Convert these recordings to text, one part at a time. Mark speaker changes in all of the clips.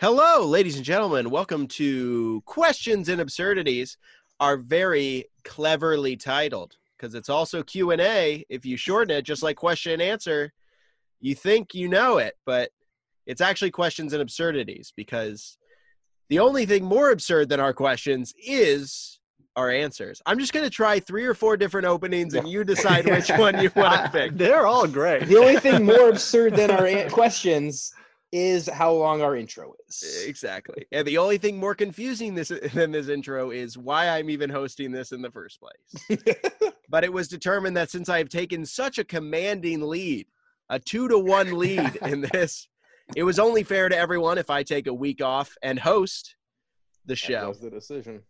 Speaker 1: Hello, ladies and gentlemen. Welcome to Questions and Absurdities, are very cleverly titled because it's also Q&A. If you shorten it just like question and answer, you think you know it, but it's actually questions and absurdities because the only thing more absurd than our questions is our answers. I'm just going to try three or four different openings and you decide which one you want to pick.
Speaker 2: They're all great.
Speaker 3: The only thing more absurd than our an- questions is how long our intro is.
Speaker 1: E, Exactly. And the only thing more confusing this than this intro is why I'm even hosting this in the first place. but it was determined that since I have taken such a commanding lead, a 2 to 1 lead in this, it was only fair to everyone if I take a week off and host the
Speaker 3: That
Speaker 1: show.
Speaker 3: was the decision.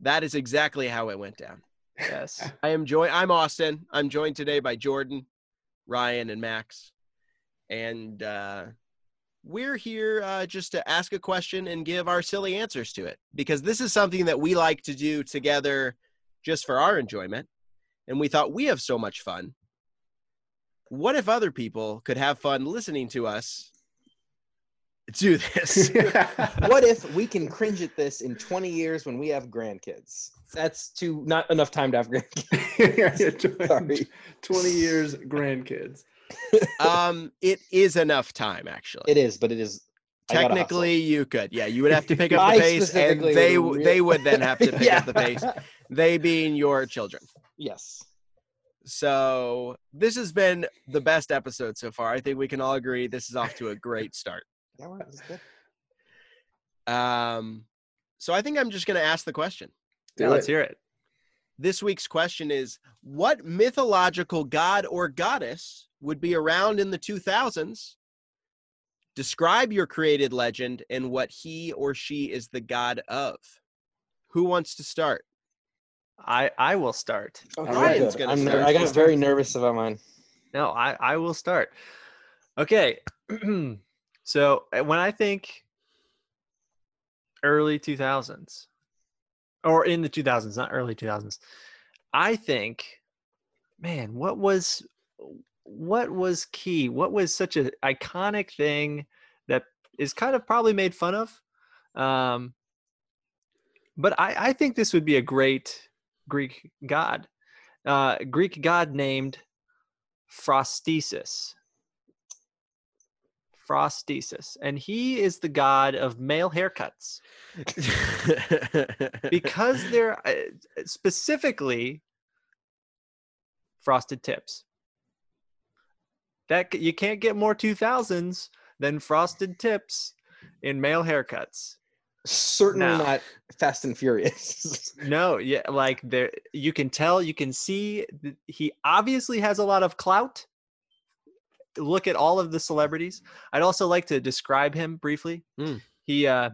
Speaker 1: That is exactly how it went down.
Speaker 2: Yes.
Speaker 1: I am joined. I'm Austin. I'm joined today by Jordan, Ryan, and Max, and uh, we're here uh, just to ask a question and give our silly answers to it because this is something that we like to do together, just for our enjoyment, and we thought we have so much fun. What if other people could have fun listening to us do this?
Speaker 3: What if we can cringe at this in 20 years when we have grandkids? That's too not enough time to have grandkids. Sorry.
Speaker 4: 20 years grandkids.
Speaker 1: um, it is enough time, actually.
Speaker 3: It is, but it is I gotta hustle.
Speaker 1: Technically, you could. Yeah, you would have to pick up
Speaker 3: I
Speaker 1: the pace, and
Speaker 3: specifically
Speaker 1: they
Speaker 3: would
Speaker 1: w- they
Speaker 3: really-
Speaker 1: would then have to pick
Speaker 3: Yeah.
Speaker 1: up the pace. They being your children.
Speaker 3: Yes.
Speaker 1: So this has been the best episode so far. I think we can all agree this is off to a great start.
Speaker 3: That one is good.
Speaker 1: Um, so I think I'm just going to ask the question.
Speaker 2: Yeah, let's hear it.
Speaker 1: This week's question is: What mythological god or goddess would be around in the 2000s? Describe your created legend and what he or she is the god of. Who wants to start?
Speaker 2: I I will start.
Speaker 3: Oh,
Speaker 1: Ryan's
Speaker 3: good.
Speaker 1: gonna
Speaker 3: I'm, ner-
Speaker 1: start
Speaker 3: I
Speaker 1: this
Speaker 3: got very nervous about mine.
Speaker 2: No, I I will start. Okay. so uh, when I think early 2000s or in the 2000s, not early 2000s, I think man, what was what was key? What was such an iconic thing that is kind of probably made fun of? Um but I, I think this would be a great Greek god. Uh, Greek god named Frostesis. Frostesis. And he is the god of male haircuts. Because they're uh, specifically frosted tips. That c- you can't get more 2000s than frosted tips in male haircuts.
Speaker 3: Certainly
Speaker 2: No.
Speaker 3: not Fast and Furious.
Speaker 2: No, yeah, like there you can tell, you can see th- he obviously has a lot of clout. Look at all of the celebrities. I'd also like to describe him briefly.
Speaker 1: Mm.
Speaker 2: He uh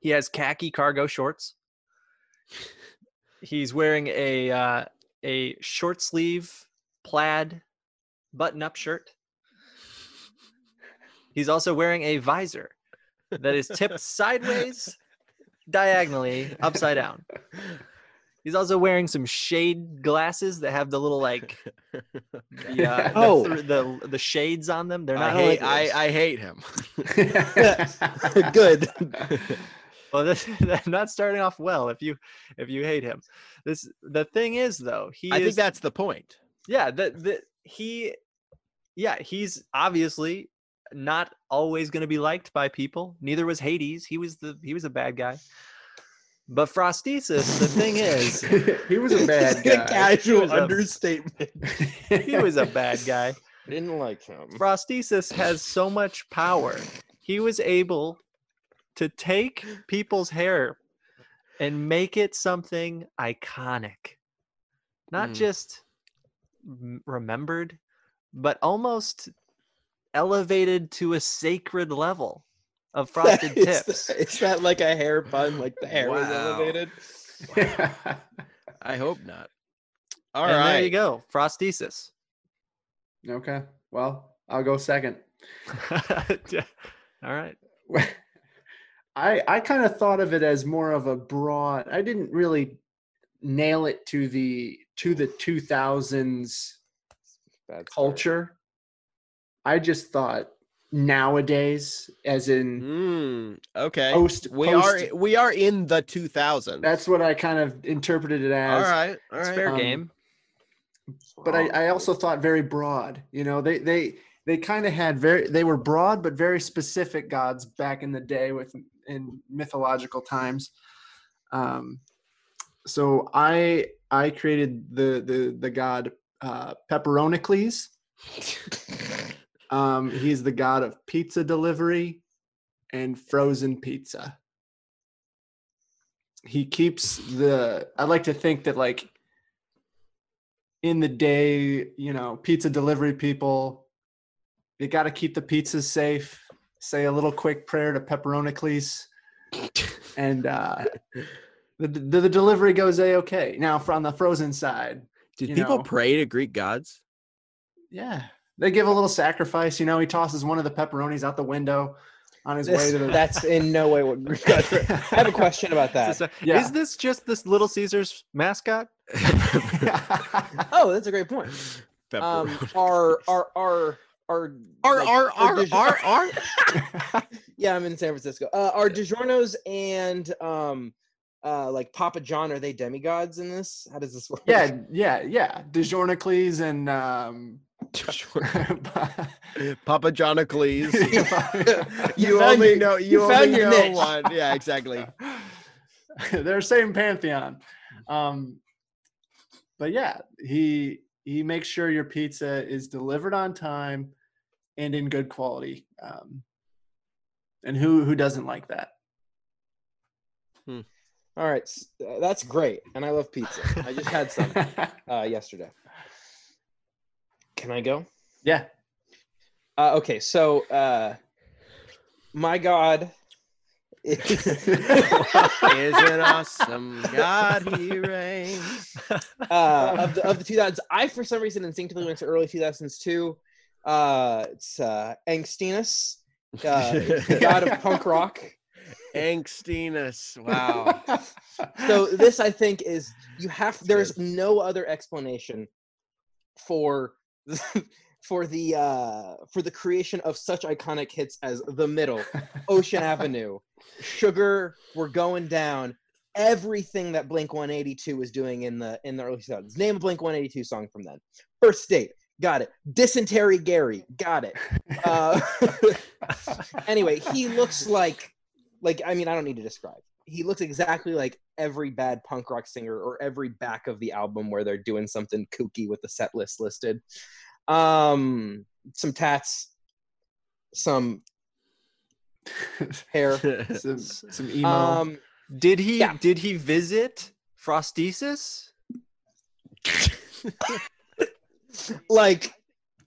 Speaker 2: he has khaki cargo shorts. He's wearing a uh a short sleeve plaid button-up shirt. He's also wearing a visor that is tipped sideways diagonally upside down. He's also wearing some shade glasses that have the little like yeah the,
Speaker 3: Oh.
Speaker 2: thr- the the shades on them. They're
Speaker 1: I
Speaker 2: not
Speaker 1: hate,
Speaker 2: like those.
Speaker 1: I, I hate him.
Speaker 3: good.
Speaker 2: well, this, I'm not starting off well if you if you hate him. This the thing is though he
Speaker 1: I think
Speaker 2: is
Speaker 1: that's the point.
Speaker 2: yeah the, the he yeah he's obviously not always going to be liked by people. Neither was Hades. He was the he was a bad guy. But Frostesis, the thing is,
Speaker 4: he was a bad
Speaker 3: Good
Speaker 4: guy.
Speaker 3: Casual
Speaker 2: was a-
Speaker 3: understatement.
Speaker 2: he was a bad guy.
Speaker 3: Didn't like him.
Speaker 2: Frostesis has so much power. He was able to take people's hair and make it something iconic. Not
Speaker 1: Mm.
Speaker 2: just m- remembered, but almost elevated to a sacred level of frosted
Speaker 3: Is
Speaker 2: tips.
Speaker 3: that- is that like a hair bun? Like the hair is
Speaker 1: Wow.
Speaker 3: elevated?
Speaker 1: I hope not. All right.
Speaker 2: and there you go, Frostesis.
Speaker 4: okay. Well, I'll go second.
Speaker 2: Yeah. All right.
Speaker 4: I I kind of thought of it as more of a broad. I didn't really nail it to the to the 2000s
Speaker 3: That's
Speaker 4: culture. I just thought nowadays, as in
Speaker 1: Mm, okay.
Speaker 4: post.
Speaker 1: we
Speaker 4: post-
Speaker 1: are we are in the 2000s.
Speaker 4: That's what I kind of interpreted it
Speaker 1: all
Speaker 4: as.
Speaker 1: right. All
Speaker 2: It's
Speaker 1: right.
Speaker 2: fair
Speaker 4: Um,
Speaker 2: game.
Speaker 4: But I, I also thought very broad. You know, they they they kind of had very they were broad but very specific gods back in the day with in mythological times. Um, so I I created the the the god uh, Pepperonicles. Um, he's the god of pizza delivery and frozen pizza. He keeps the. I like to think that, like, in the day, you know, pizza delivery people, they got to keep the pizzas safe. Say a little quick prayer to Pepperonicles, and uh, the, the the delivery goes a okay. Now, from the frozen side,
Speaker 1: Did
Speaker 4: you
Speaker 1: people
Speaker 4: know.
Speaker 1: pray to Greek gods?
Speaker 4: yeah, they give a little sacrifice. You know, he tosses one of the pepperonis out the window on his way
Speaker 3: This-
Speaker 4: to the
Speaker 3: that's in no way what Greek gods were. I have a question about
Speaker 2: Is
Speaker 3: that.
Speaker 2: this-
Speaker 4: Yeah.
Speaker 2: Is this just this Little Caesars mascot?
Speaker 3: Oh, that's a great point. Um,
Speaker 1: Pepperoni.
Speaker 3: are are are are
Speaker 1: R
Speaker 3: like-
Speaker 1: R
Speaker 3: or
Speaker 1: R
Speaker 3: DiGi-
Speaker 1: R R.
Speaker 3: Yeah, I'm in San Francisco. Uh, are DiGiorno's and um uh like Papa John are they demigods in this? How does this work?
Speaker 4: yeah, yeah, yeah. DiGiornicles and um,
Speaker 1: Papa Johnocles.
Speaker 3: You
Speaker 1: You
Speaker 3: found
Speaker 1: only
Speaker 3: your-
Speaker 1: know you,
Speaker 3: you found
Speaker 1: only
Speaker 3: your
Speaker 1: know
Speaker 3: niche.
Speaker 1: one. Yeah, exactly.
Speaker 4: they're same pantheon. Um, but yeah, he he makes sure your pizza is delivered on time and in good quality. Um, and who who doesn't like that?
Speaker 3: All right, s- uh, that's great, and I love pizza. I just had some uh, yesterday. Can I go?
Speaker 4: yeah.
Speaker 3: Uh, okay, so uh, my God Uh, is
Speaker 1: Is an awesome God he reigns.
Speaker 3: uh, of the of the 2000s. I for some reason instinctively went to early 2000s too. Uh, it's uh, Angstinus, uh, it's the god of punk rock.
Speaker 1: Angstiness. Wow.
Speaker 3: so this i think is you have there's no other explanation for for the uh for the creation of such iconic hits as the middle ocean avenue sugar we're going down everything that blink 182 was doing in the in the early 2000s name a blink 182 song from then first date got it dysentery gary got it uh, anyway he looks like like i mean i don't need to describe he looks exactly like every bad punk rock singer or every back of the album where they're doing something kooky with the set list listed um some tats some hair
Speaker 4: some, some emo.
Speaker 3: um
Speaker 2: Did he
Speaker 3: Yeah.
Speaker 2: did he visit Frostesis?
Speaker 3: like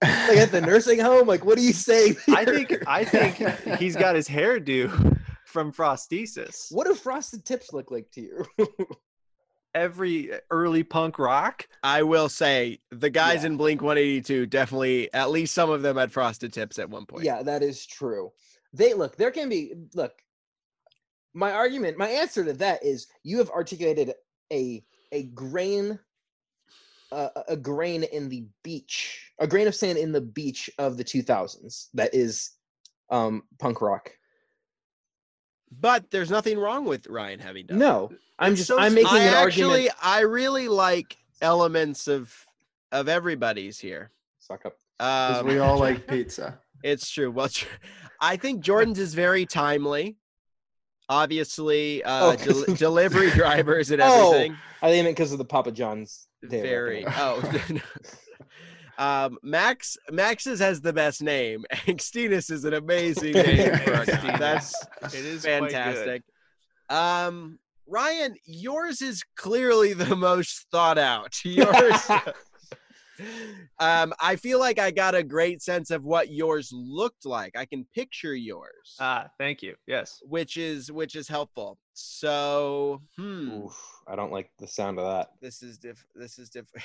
Speaker 3: like at the nursing home like what do you say
Speaker 2: I think I think he's got his hairdo from Frostesis.
Speaker 3: what do frosted tips look like to you
Speaker 2: Every early punk rock.
Speaker 1: I will say the guys
Speaker 3: Yeah.
Speaker 1: in Blink 182 definitely at least some of them had frosted tips at one point.
Speaker 3: Yeah, that is true. They look, there can be look. My argument, my answer to that is you have articulated a a grain uh, a grain in the beach, a grain of sand in the beach of the 2000s that is um punk rock.
Speaker 1: But there's nothing wrong with Ryan having done.
Speaker 3: No, I'm
Speaker 2: It's
Speaker 3: just
Speaker 2: so
Speaker 3: I'm making
Speaker 1: I
Speaker 3: an
Speaker 1: actually
Speaker 3: argument.
Speaker 1: I really like elements of of everybody's here.
Speaker 3: Suck up.
Speaker 4: 'cause
Speaker 1: Um,
Speaker 4: we all like pizza.
Speaker 1: It's true. Well, tr- I think Jordan's is very timely. Obviously, uh,
Speaker 3: Oh, 'cause
Speaker 1: del- delivery drivers and
Speaker 3: Oh,
Speaker 1: everything.
Speaker 3: I think because of the Papa John's. they were
Speaker 1: very. Oh.
Speaker 3: recommending.
Speaker 1: Um, Max Max's has the best name. Angstinus is an amazing name. For a team. That's
Speaker 2: It is
Speaker 1: fantastic. Um, Ryan, yours is clearly the most thought out. Yours. um, I feel like I got a great sense of what yours looked like. I can picture yours,
Speaker 2: Ah, thank you. Yes.
Speaker 1: which is which is helpful. So, hmm,
Speaker 3: Oof, I don't like the sound of that.
Speaker 1: this is diff. This is diff.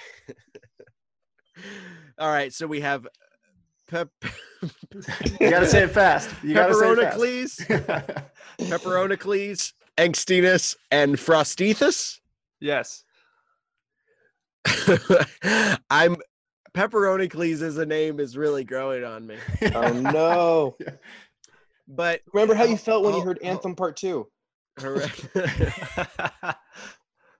Speaker 1: All right, so we have pep-
Speaker 4: You gotta say it fast. You gotta say it
Speaker 1: Pepperonicles,
Speaker 4: fast.
Speaker 1: Pepperonicles, Angstinus, and Frostethus.
Speaker 2: Yes.
Speaker 1: I'm Pepperonicles as a name is really growing on me.
Speaker 3: oh no!
Speaker 1: But
Speaker 3: Remember how you felt when
Speaker 1: Oh,
Speaker 3: you heard
Speaker 1: oh.
Speaker 3: Anthem Part Two?
Speaker 1: Correct.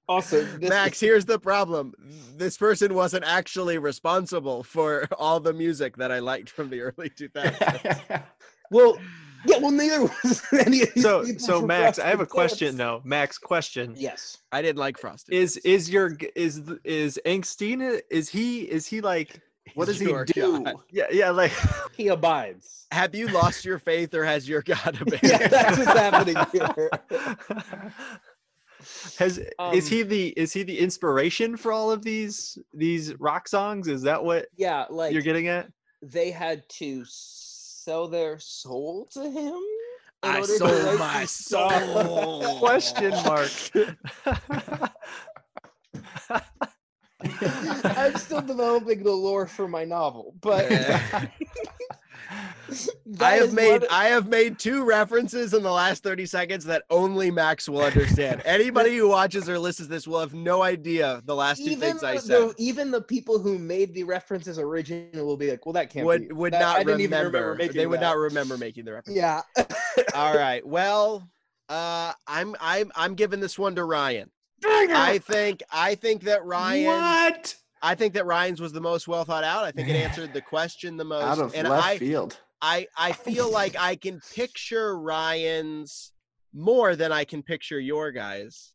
Speaker 3: Also, this
Speaker 1: Max, here's the problem. This person wasn't actually responsible for all the music that I liked from the early 2000s.
Speaker 3: well, yeah, well, neither was any of these
Speaker 2: so
Speaker 3: people
Speaker 2: so
Speaker 3: from
Speaker 2: Max, I have a
Speaker 3: Frosted
Speaker 2: question
Speaker 3: Tips.
Speaker 2: though. Max, question.
Speaker 3: Yes.
Speaker 1: I didn't like Frosted.
Speaker 2: Is is your g- is th- is Angstina is he is he like
Speaker 4: what does he
Speaker 1: Your
Speaker 4: do?
Speaker 1: God.
Speaker 2: yeah yeah like
Speaker 3: He abides.
Speaker 1: Have you lost your faith or has your God abandoned?
Speaker 3: Yeah, that's what's happening here.
Speaker 2: Has is
Speaker 3: Um,
Speaker 2: he the is he the inspiration for all of these these rock songs? Is that what
Speaker 3: Yeah, like
Speaker 2: you're getting at?
Speaker 3: they had to sell their soul to him. in
Speaker 1: I
Speaker 3: order to
Speaker 1: sold
Speaker 3: write
Speaker 1: my
Speaker 3: these songs.
Speaker 1: soul.
Speaker 2: Question mark.
Speaker 3: I'm still developing the lore for my novel, but
Speaker 1: Yeah.
Speaker 3: that
Speaker 1: I have
Speaker 3: is
Speaker 1: made
Speaker 3: what-
Speaker 1: I have made two references in the last 30 seconds that only Max will understand. Anybody who watches or listens to this will have no idea the last two
Speaker 3: even
Speaker 1: things I
Speaker 3: the,
Speaker 1: said.
Speaker 3: the- even the people who made the references original will be like, "Well, that can't be."
Speaker 1: would would
Speaker 3: That-
Speaker 1: not
Speaker 3: I didn't even remember
Speaker 1: remember.
Speaker 3: making
Speaker 1: They would
Speaker 3: that."
Speaker 1: not remember making the reference.
Speaker 3: Yeah,
Speaker 1: All right. Well, uh, I'm I'm I'm giving this one to Ryan. I think I think that Ryan
Speaker 4: What?
Speaker 1: I think that Ryan's was the most well thought out. I think it answered the question the most.
Speaker 4: Out of
Speaker 1: and
Speaker 4: left
Speaker 1: I
Speaker 4: field.
Speaker 1: I I feel like I can picture Ryan's more than I can picture your guys.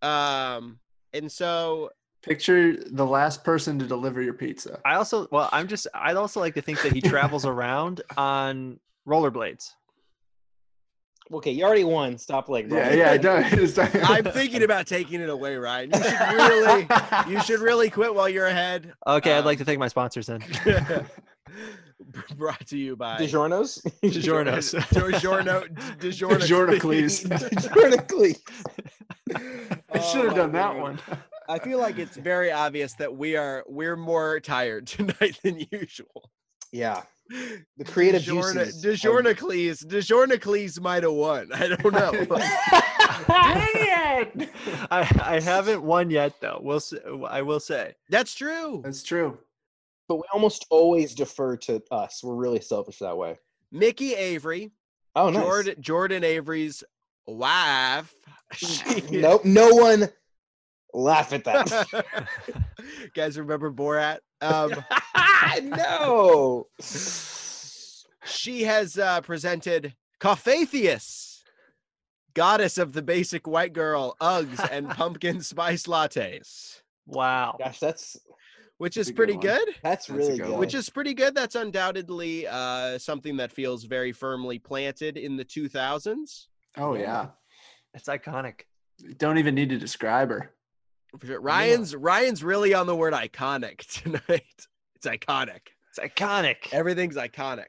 Speaker 1: Um and so
Speaker 4: Picture the last person to deliver your pizza.
Speaker 2: I also well, I'm just I'd also like to think that he travels around on rollerblades.
Speaker 3: okay, you already won. Stop like
Speaker 4: Yeah, yeah, I don't. It's not-
Speaker 1: I'm thinking about taking it away, Ryan. You should really you should really quit while you're ahead.
Speaker 2: Okay, I'd
Speaker 1: Um,
Speaker 2: like to thank my sponsors then.
Speaker 1: Brought to you by
Speaker 3: DiGiorno's.
Speaker 2: DiGiorno's.
Speaker 1: DiGiorno. DiGiorno.
Speaker 4: Jornacles.
Speaker 3: DiGiornically.
Speaker 4: I should have done that one.
Speaker 1: I feel like it's very obvious that we are we're more tired tonight than usual.
Speaker 3: Yeah, the creative
Speaker 1: DiGiorno-
Speaker 3: juices. are-
Speaker 1: DiGiornacles. DiGiornacles might have won. I don't know.
Speaker 4: Dang it!
Speaker 2: I, I haven't won yet though. We'll s- I will say.
Speaker 1: That's true.
Speaker 4: That's true.
Speaker 3: but we almost always defer to us. We're really selfish that way.
Speaker 1: Mickey Avery,
Speaker 3: Oh no.
Speaker 1: Jordan Jordan Avery's wife. She-
Speaker 3: Nope. No one laugh at that.
Speaker 1: Guys, remember Borat? Um,
Speaker 3: no.
Speaker 1: she has uh, presented Cofatheus, goddess of the basic white girl, Uggs, and pumpkin spice lattes,
Speaker 2: Wow.
Speaker 3: Gosh, that's
Speaker 1: which is
Speaker 4: a good
Speaker 1: pretty
Speaker 4: one.
Speaker 1: good.
Speaker 3: that's
Speaker 4: That's a
Speaker 3: really
Speaker 4: good
Speaker 3: good.
Speaker 4: one.
Speaker 1: Which is pretty good. That's undoubtedly uh, something that feels very firmly planted in the 2000s.
Speaker 4: Oh yeah.
Speaker 3: Yeah.
Speaker 2: It's iconic.
Speaker 4: Don't even need to describe her.
Speaker 1: For sure. Ryan's Ryan's really on the word iconic tonight. It's iconic.
Speaker 2: It's iconic.
Speaker 1: Everything's iconic.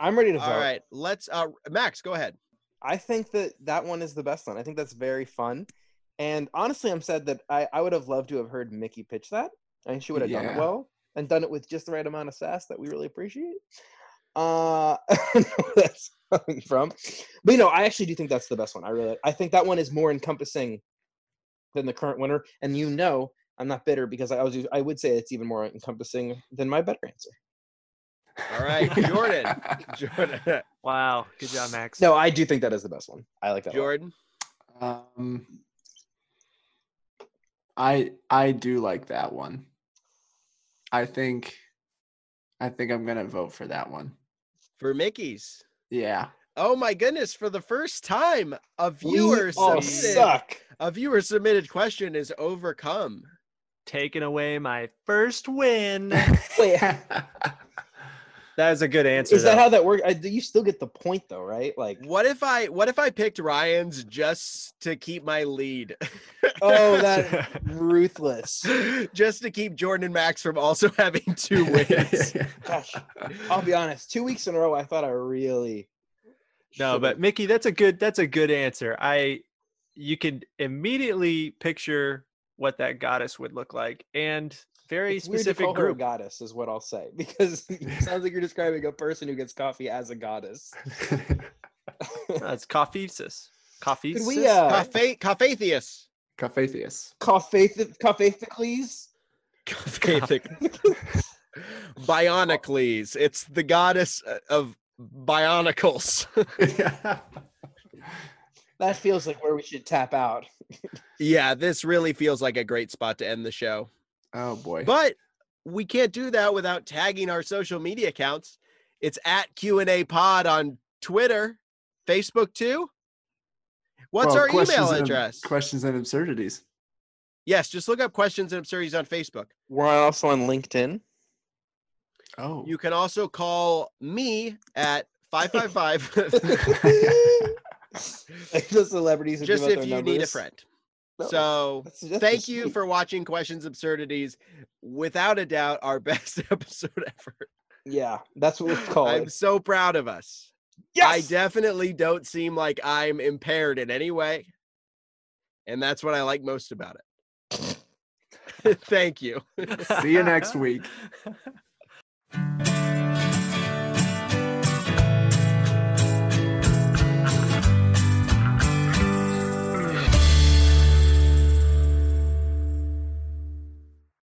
Speaker 3: I'm ready to vote.
Speaker 1: All right, let's. Uh, Max, go ahead.
Speaker 3: I think that that one is the best one. I think that's very fun. And honestly, I'm sad that I, I would have loved to have heard Mickey pitch that, and she would have done
Speaker 4: Yeah.
Speaker 3: it well and done it with just the right amount of sass that we really appreciate. Uh, that's coming from, but you know, I actually do think that's the best one. I really, I think that one is more encompassing than the current winner. And you know, I'm not bitter because I was, I would say it's even more encompassing than my better answer.
Speaker 1: All right, Jordan. Jordan.
Speaker 2: Wow. Good job, Max.
Speaker 3: No, I do think that is the best one. I like that. a lot.
Speaker 1: Jordan.
Speaker 4: Um, I I do like that one. I think I think I'm gonna vote for that one.
Speaker 1: for Mickey's.
Speaker 4: Yeah.
Speaker 1: Oh my goodness! For the first time, a
Speaker 3: We
Speaker 1: viewer
Speaker 3: all
Speaker 1: submitted
Speaker 3: suck.
Speaker 1: a viewer submitted question is overcome.
Speaker 2: Taking away my first win.
Speaker 3: Wait,
Speaker 2: that is a good answer.
Speaker 3: Is that
Speaker 2: though.
Speaker 3: how that works? I, you still get the point though, right? Like,
Speaker 1: What if I what if I picked Ryan's just to keep my lead,
Speaker 3: oh, that ruthless.
Speaker 1: just to keep Jordan and Max from also having two wins?
Speaker 3: Gosh, Um, I'll be honest. Two weeks in a row, I thought I really.
Speaker 2: no, but
Speaker 3: should've-
Speaker 2: Mickey, that's a good that's a good answer. I you can immediately picture what that goddess would look like and very
Speaker 3: it's weird to
Speaker 2: specific
Speaker 3: call her a
Speaker 2: group.
Speaker 3: goddess is what I'll say because it sounds like you're describing a person who gets coffee as a goddess.
Speaker 2: That's coffeesis. Coffeesis.
Speaker 3: Could we uh,
Speaker 1: Copha- Cofatheus.
Speaker 4: Cophathius.
Speaker 3: coffee coffee please?
Speaker 1: Cathic. Bionicles. It's the goddess uh, of bionicles.
Speaker 3: That feels like where we should tap out.
Speaker 1: yeah, this really feels like a great spot to end the show.
Speaker 4: oh boy.
Speaker 1: But we can't do that without tagging our social media accounts. It's at Q&A pod on Twitter, Facebook too. What's
Speaker 4: Well,
Speaker 1: our email
Speaker 4: and-
Speaker 1: address?
Speaker 4: questions and absurdities.
Speaker 1: yes, just look up questions and absurdities on Facebook.
Speaker 3: We're also on LinkedIn.
Speaker 4: Oh.
Speaker 1: You can also call me at 555
Speaker 3: like the celebrities who give
Speaker 1: just
Speaker 3: out
Speaker 1: if
Speaker 3: their
Speaker 1: you
Speaker 3: numbers.
Speaker 1: need a friend.
Speaker 3: No,
Speaker 1: So
Speaker 3: that's- that's
Speaker 1: thank
Speaker 3: just
Speaker 1: you
Speaker 3: sweet.
Speaker 1: for watching Questions Absurdities. Without a doubt, our best episode ever.
Speaker 3: yeah. That's what it's called.
Speaker 1: I'm so proud of us. I
Speaker 3: yes.
Speaker 1: definitely don't seem like I'm impaired in any way. And that's what I like most about it. Thank you.
Speaker 3: uh,
Speaker 4: See you next week.